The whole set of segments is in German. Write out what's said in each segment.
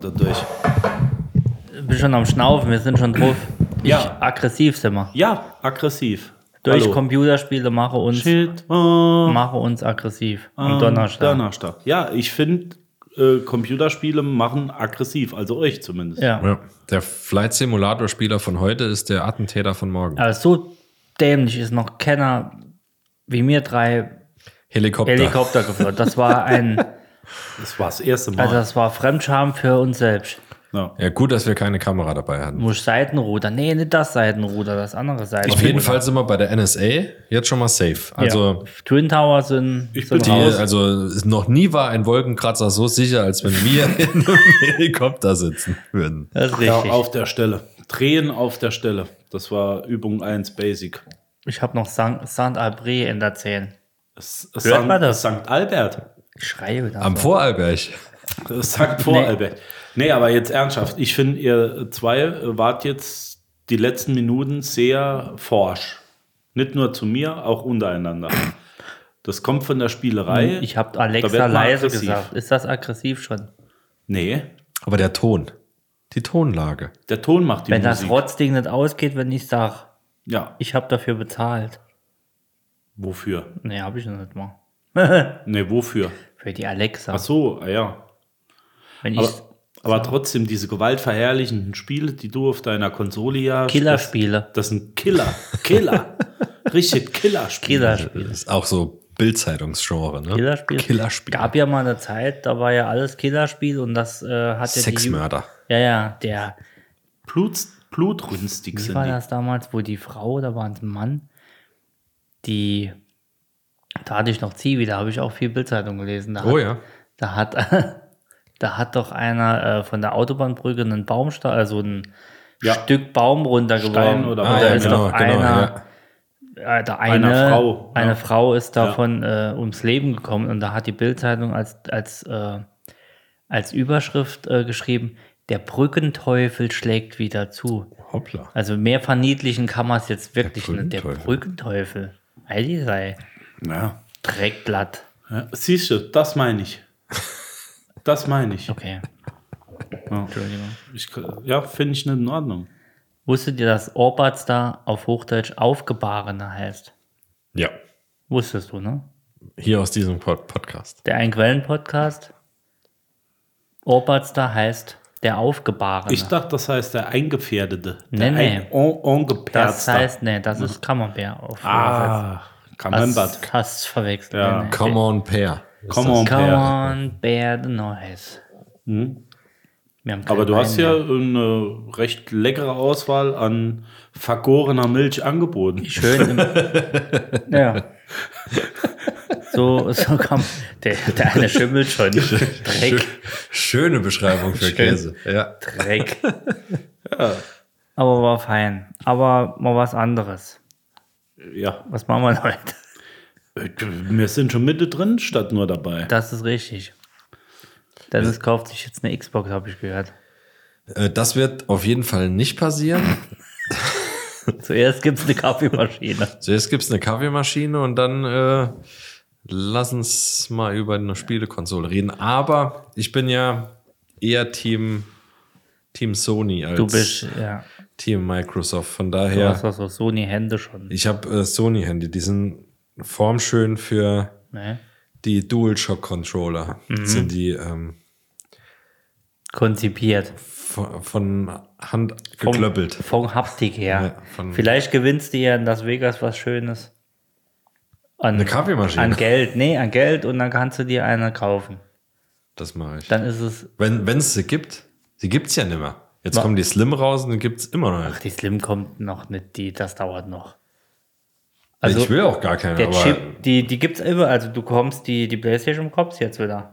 dadurch. Ich bin schon am Schnaufen, wir sind schon drauf. Ja. Ich, aggressiv sind wir. Ja, aggressiv. Durch Hallo. Computerspiele mache uns, Shit. Oh. mache uns aggressiv. Ähm, Am Donnerstag. Donnerstag. Ja, ich finde, äh, Computerspiele machen aggressiv, also euch zumindest. Ja. Ja. Der Flight Simulator Spieler von heute ist der Attentäter von morgen. Aber Also so dämlich ist noch keiner wie mir drei Helikopter. Helikopter geführt. Das war ein, Das war das erste Mal. also das war Fremdscham für uns selbst. ja. Ja, gut, dass wir keine Kamera dabei hatten. Muss ich Seitenruder. Nee, nicht das Seitenruder, das andere Seitenruder. Auf jeden Fall sind wir bei der NSA jetzt schon mal safe. Also, ja. Twin Tower sind, Ich sind bin die, raus. also es- noch nie war ein Wolkenkratzer so sicher, als wenn wir in einem Helikopter sitzen würden. Das ist Ja, also, richtig. auf der Stelle. Drehen auf der Stelle. Das war Übung 1 Basic. ich habe noch San- Saint-Abré in der 10. S- Hört man das? Sankt Albert. Ich schreibe da. Am so. Vorarlberg. Sankt Vorarlberg. Nee. aber jetzt ernsthaft. Ich finde, ihr zwei äh, wart jetzt die letzten Minuten sehr forsch. Nicht nur zu mir, auch untereinander. Das kommt von der Spielerei. ich habe Da Alexa wird man leise aggressiv. gesagt. Ist das aggressiv schon? Nee, Aber der Ton. Die Tonlage. der Ton macht die Wenn das Musik. Rotzding nicht ausgeht, wenn ich sage, ja, ich habe dafür bezahlt. wofür? Nee, habe ich noch nicht mal. Nee, wofür? Für die Alexa. Ach so, ah ja. Wenn ich Aber, aber trotzdem, diese gewaltverherrlichenden Spiele, die du auf deiner Konsole ja. Killer das- spiele. Das sind Killer. Killer. Richtig Killerspiele. Killer spiele. Das ist auch so Bildzeitungsgenre, ne? Killerspiel. Killerspiel. Gab ja mal eine Zeit, da war ja alles Killerspiel und das äh, hat ja die. Ju- Sexmörder. Ja, ja, der. Blut, blutrünstig Wie sind war die. das damals, wo die Frau, da war es ein Mann, die. Da hatte ich noch Zivi, da habe ich auch viel Bildzeitung gelesen. Da Oh hat, ja. Da hat, da hat doch einer äh, von der Autobahnbrücke einen Baumstamm, also ein Ja. Stück Baum Stein runtergeworfen. oder Und Ah, da ja, ist genau, doch genau, einer, äh, da eine, Einer Frau, Eine ja. Frau ist Ja. davon äh, ums Leben gekommen und da hat die Bildzeitung als, als, äh, als Überschrift äh, geschrieben, der Brückenteufel schlägt wieder zu. Hoppla. Also mehr verniedlichen kann man es jetzt wirklich nicht. Der Brückenteufel. Brückenteufel. Heidi sei Ja. Dreckblatt. Ja, Siehst du, das meine ich. Das meine ich. Okay. Oh, Ja, Entschuldigung. ich, ja finde ich nicht in Ordnung. Wusstet ihr, dass Orbats da auf Hochdeutsch Aufgebahrene heißt? Ja. Wusstest du, ne? Hier aus diesem Pod Podcast. Der Ein-Quellen-Podcast. Orbats da heißt der Aufgebahrene. Ich dachte, das heißt der Eingefährdete. Der Nee, nee. Ein on, das ongeperzte. heißt, nee, das ist Kammerbär auf Hm. ah, das Camembert. hast du verwechselt. Ja. Nee, nee. Come on, Pair. Come on, Come Pär. on, Bär the Noise. Wir haben keinen Hm? Aber du hast Wein ja mehr. eine recht leckere Auswahl an vergorener Milch angeboten. Schön. Im ja. So, so kam der, der eine schimmelt schon. Dreck. Schöne Beschreibung für Käse. Ja. Dreck. Aber war fein. Aber mal was anderes. Ja, Was machen wir heute? wir sind schon mittendrin, statt nur dabei. Das ist richtig. Dennis kauft sich jetzt eine Xbox, habe ich gehört. Äh, Das wird auf jeden Fall nicht passieren. Zuerst gibt es eine Kaffeemaschine. Zuerst gibt es eine Kaffeemaschine und dann äh, lass uns mal über eine Spielekonsole reden. Aber ich bin ja eher Team, Team Sony als Du bist, ja, Team Microsoft. Von du daher, hast doch so Sony-Hände schon. ich habe äh, Sony-Handy. Die sind formschön für Ne? die DualShock-Controller. Sind die ähm, Konzipiert. von, von Hand Vom- geklöppelt. Von Haptik her. Ja, von- Vielleicht gewinnst du ja in Las Vegas was Schönes. An, Eine Kaffeemaschine. An Geld. Nee, an Geld und dann kannst du dir eine kaufen. Das mache ich. Dann ist es. Wenn es sie gibt, sie gibt es ja nicht mehr. Jetzt Ma- kommen die Slim raus und dann gibt es immer noch Ach, nicht. die Slim kommt noch nicht, die, das dauert noch. Also Also ich will auch gar keine, Der aber Chip, die, die gibt's immer. Also du kommst, die, die Playstation bekommst jetzt wieder.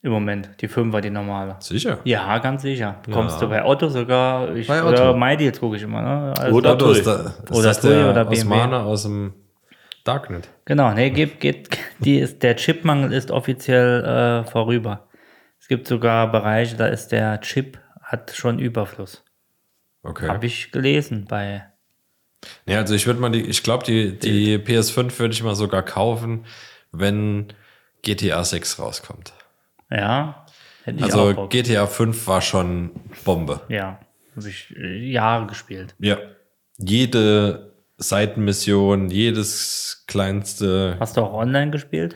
Im Moment. Die 5 war die normale. sicher. Ja, ganz sicher. Bekommst du bei Otto sogar. Ich, Bei Oder Otto. MyDeals gucke ich immer. Ne? Also, Oder- Otto ist, Tui. da, ist Oder das Tui der oder BMW. Osmane aus dem Darknet. Genau, nee, gibt, geht, die ist, der Chipmangel ist offiziell äh, vorüber. Es gibt sogar Bereiche, da ist der Chip, hat schon Überfluss. Okay. Habe ich gelesen bei. Ja, also ich würde mal die, ich glaube, die, die PS5 würde ich mal sogar kaufen, wenn GTA 6 rauskommt. Ja. Hätte ich auch Also Bock. GTA 5 war schon Bombe. Ja, habe ich äh, Jahre gespielt. Ja. Jede Seitenmission, jedes kleinste, Hast du auch online gespielt?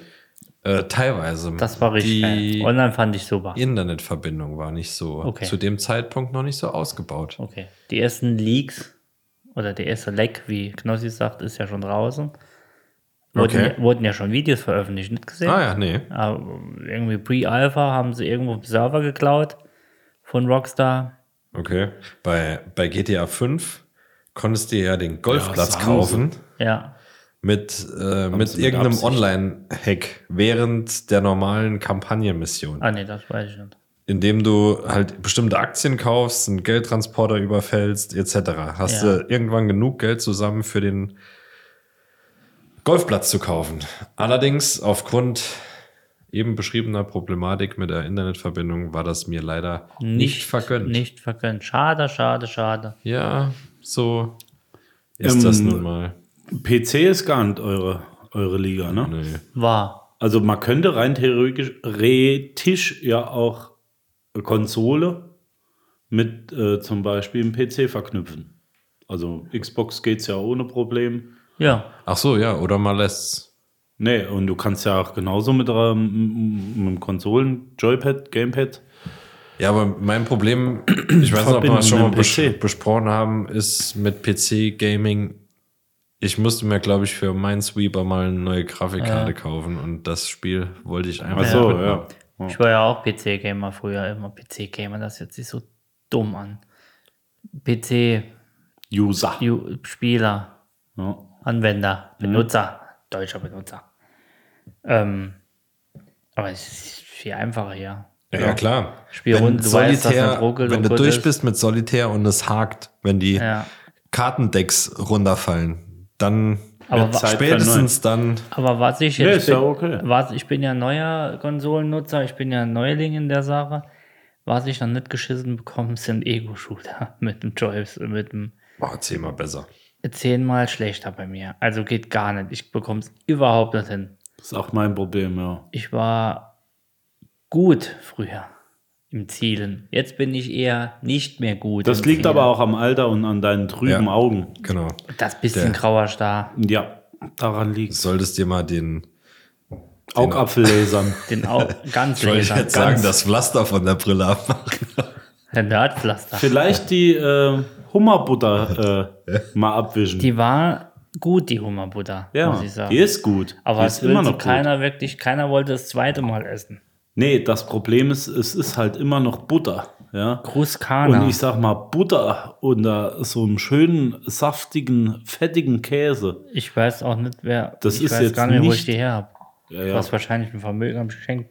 äh, teilweise. Das war richtig. geil. Die Online fand ich super. Internetverbindung war nicht so, Okay. zu dem Zeitpunkt noch nicht so ausgebaut. Okay. Die ersten Leaks oder der erste Leck, wie Knossi sagt, ist ja schon draußen. Wurden, Okay. ja, wurden ja schon Videos veröffentlicht, nicht gesehen. Ah ja, nee. Aber irgendwie Pre-Alpha haben sie irgendwo einen Server geklaut von Rockstar. Okay. Bei, bei GTA 5 konntest du ja den Golfplatz das haben kaufen Ja. mit, äh, mit sie mit irgendeinem Absicht. Online-Hack während der normalen Kampagnenmission, Ah, nee, das weiß ich nicht. indem du halt bestimmte Aktien kaufst, einen Geldtransporter überfällst, etc. Hast Ja. du irgendwann genug Geld zusammen für den Golfplatz zu kaufen. Allerdings aufgrund eben beschriebener Problematik mit der Internetverbindung war das mir leider nicht, vergönnt. Nicht vergönnt. Schade, schade, schade. Ja, so ist Ähm, das nun mal. PC ist gar nicht eure, eure Liga, ne? Nee. War. Also man könnte rein theoretisch, theoretisch ja auch Konsole mit äh, zum Beispiel einem PC verknüpfen. Also Xbox geht's ja ohne Problem. Ja. Ach so, ja, oder mal lässt Nee, und du kannst ja auch genauso mit, einer- mit einem Konsolen-Joypad, Gamepad. Ja, aber mein Problem, ich weiß nicht, ob wir das schon mal Verbinden mit bes PC. besprochen haben, ist mit PC-Gaming. Ich musste mir, glaube ich, für Minesweeper mal eine neue Grafikkarte kaufen und das Spiel wollte ich einfach. Ach so, mitnehmen. ja. Ich war ja auch PC-Gamer früher immer. PC-Gamer, das hört sich so dumm an. PC-Spieler, User. Ja. Anwender, Mhm. Benutzer, deutscher Benutzer. Ähm, aber es ist viel einfacher hier. Ja, ja, klar. Spiel wenn rund, du weißt, dass Solitär, das ruckelt wenn und du gut durch ist. bist mit Solitär und es hakt, wenn die Ja. Kartendecks runterfallen, dann Aber wird wa- Zeit für spätestens dann Aber was ich Nee, jetzt. ist ja okay. was, ich bin ja neuer Konsolennutzer, ich bin ja Neuling in der Sache. Was ich noch nicht geschissen bekomme, sind Ego-Shooter mit dem Joyce, mit dem Boah, Oh, zehnmal besser. zehnmal schlechter bei mir. Also geht gar nicht. Ich bekomme es überhaupt nicht hin. Ist auch mein Problem, ja. Ich war gut früher im Zielen. Jetzt bin ich eher nicht mehr gut. Das im liegt Zielen. aber auch am Alter und an deinen trüben Ja. Augen. Genau. Das bisschen der- grauer Star, Ja, daran liegt es. Solltest dir mal den. Augapfellasern. den auch ganz Ich wollte laser, jetzt sagen, das Pflaster von der Brille abmachen. der Nerdpflaster. Vielleicht die äh, Hummerbutter äh, mal abwischen. Die war gut, die Hummerbutter, ja, muss ich sagen. die ist gut. aber die es ist will immer so noch gut. keiner wirklich, keiner wollte das zweite Mal essen. Nee, das Problem ist, es ist halt immer noch Butter. Ja? Kruskana. Und ich sag mal, Butter unter so einem schönen, saftigen, fettigen Käse. Ich weiß auch nicht, wer. Das ich ist weiß jetzt gar nicht, mehr, wo ich nicht- die her habe. Ja, Du ja. hast wahrscheinlich ein Vermögen am Geschenk.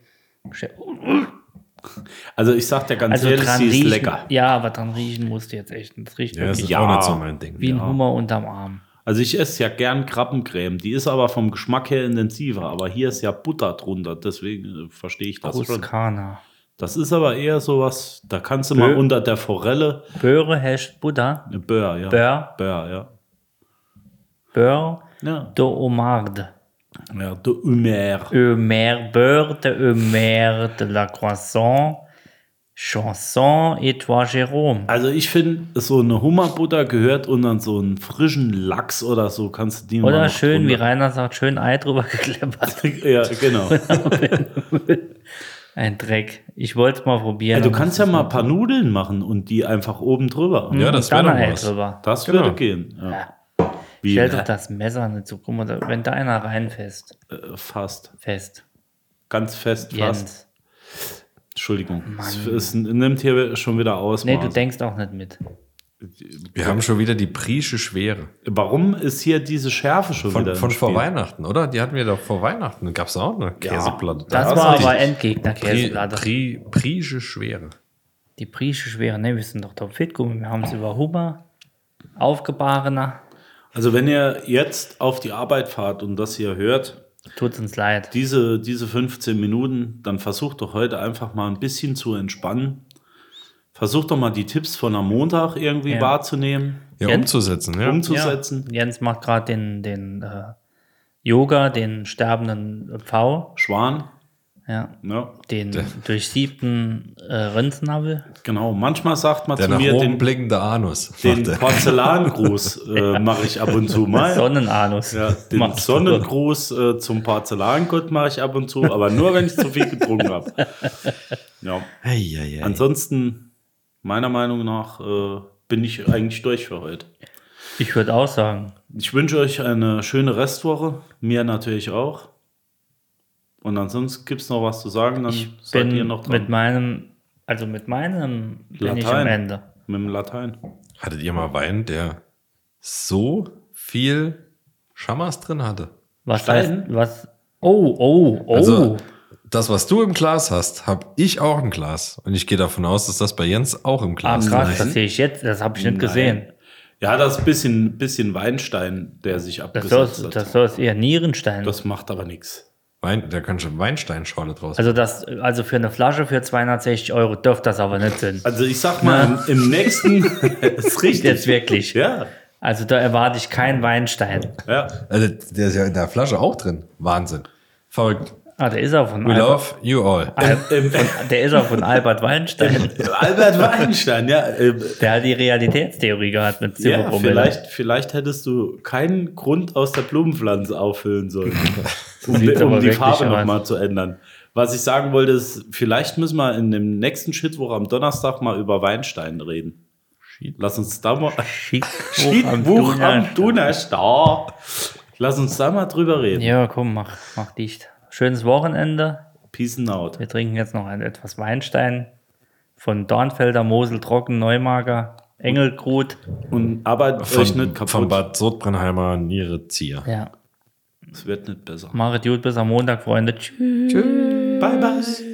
Also ich sag dir ganz Also ehrlich, dran sie ist riechen. lecker. Ja, aber dran riechen musst du jetzt echt. nicht. Das riecht Ja, das wirklich ist Ja. auch nicht so mein Ding. wie ein Hummer unterm Arm. Also ich esse ja gern Krabbencreme. Die ist aber vom Geschmack her intensiver. Aber hier ist ja Butter drunter. Deswegen äh, verstehe ich das schon. Kruskana. Das ist aber eher sowas, da kannst du mal Bö. unter der Forelle Böhre hasht Buddha. eine Bör, ja. Bör. Bör, ja. Böhr Ja, de Omarde. ja de Humer. Ömer, Böhr de Ömer de la Croissant. Chanson et toi Jérôme. Also ich finde, so eine Hummerbutter gehört und dann so einen frischen Lachs oder so kannst du die mal Oder noch schön, wie drunter- Rainer sagt, schön Ei drüber gekleppert. Ja, genau. Ein Dreck. Ich wollte es mal probieren. Ja, Also du kannst ja mal ein paar Nudeln machen und die einfach oben drüber. Ja, das wäre dann doch Hm, Ei was. drüber. Das Genau. würde gehen. Ja. Ja. Wie Stell doch äh, das Messer nicht so. Guck mal, da- wenn da einer reinfest. fast. Fest. Ganz fest fast. Jens. Entschuldigung. Es, es nimmt hier schon wieder aus. Nee, du denkst auch nicht mit. Wir haben schon wieder die Prische Schwere. Warum ist hier diese Schärfe schon Von, wieder? im von vor Spiel? Weihnachten, oder? Die hatten wir doch vor Weihnachten. Gab es auch eine Käseplatte. Das Ja, war das aber ist- Endgegner Käseplatte. Pri, Pri, Prische Schwere. Die Prische schwere, ne, wir sind doch topfit. Guck mal, wir haben es über Hummer, Aufgebahrener. Also wenn ihr jetzt auf die Arbeit fahrt und das hier hört, Tut's uns leid. diese, diese 15 Minuten, dann versucht doch heute einfach mal ein bisschen zu entspannen. Versucht doch mal die Tipps von am Montag irgendwie Ja. wahrzunehmen, Ja, Jetzt- umzusetzen. Ja. umzusetzen. Ja, Jens macht gerade den, den äh, Yoga, den sterbenden Pfau. Schwan, ne? Ja. Ja, Den Der- durchsiebten äh, Röntnabel. genau. Manchmal sagt man Der zu nach mir, oben den, blickende Anus. den macht er. Porzellangruß äh, mache ich ab und zu mal. Sonnenanus. Ja, den Machst du. Sonnengruß äh, zum Porzellangott mache ich ab und zu, aber nur, wenn ich zu viel getrunken habe. Ja. Eieiei. Ansonsten, meiner Meinung nach, äh, bin ich eigentlich durch für heute. Ich würde auch sagen, Ich wünsche euch eine schöne Restwoche, mir natürlich auch. Und ansonsten gibt es noch was zu sagen, dann ich seid bin ihr noch dran. mit meinem, also mit meinem bin ich Latein. am Ende. mit dem Latein. Hattet ihr mal Wein, der so viel Schamas drin hatte? Was Stein? heißt, was? Oh, oh, oh. Also, das, was du im Glas hast, habe ich auch im Glas. Und ich gehe davon aus, dass das bei Jens auch im ah, Glas krass, ist. das sehe ich jetzt, das habe ich nicht Nein. gesehen. Ja, das ist ein bisschen, bisschen Weinstein, der sich Das soll, abgesetzt hat. das soll es eher Nierenstein. das macht aber nichts. Wein, da kannst du Weinsteinschorle draus also das, also für eine Flasche für 260 Euro dürfte das aber nicht sein. Also ich sag mal, im nächsten ist richtig. Jetzt wirklich. Ja, Also da erwarte ich keinen Weinstein. ja. Also, der ist ja in der Flasche auch drin. Wahnsinn. Verrückt. Ah, der ist auch von We Albert, love you all. Ähm, der ist auch von Albert Weinstein. Albert Weinstein, ja. Ähm, Der hat die Realitätstheorie gehabt mit ja Zimmerbrummen. vielleicht, vielleicht hättest du keinen Grund aus der Blumenpflanze auffüllen sollen, um, sieht die- um aber die wirklich Farbe aus. nochmal zu ändern. Was ich sagen wollte, ist, vielleicht müssen wir in dem nächsten Shitwoch am Donnerstag mal über Weinstein reden. Lass uns da mal. Schiedbuch am Shitwoch am Dunaj. Donnerstag. Lass uns da mal drüber reden. Ja, komm, mach, mach dicht. Schönes Wochenende. Peace and out. Wir trinken jetzt noch ein, etwas Weinstein von Dornfelder, Mosel, Trocken, Neumarker, Engelgrut. Und arbeitet euch nicht Von, kaputt. von Bad Sodbrennheimer Niere Zier. Ja. Es wird nicht besser. Macht gut, bis am Montag, Freunde. Tschüss. Bye bye.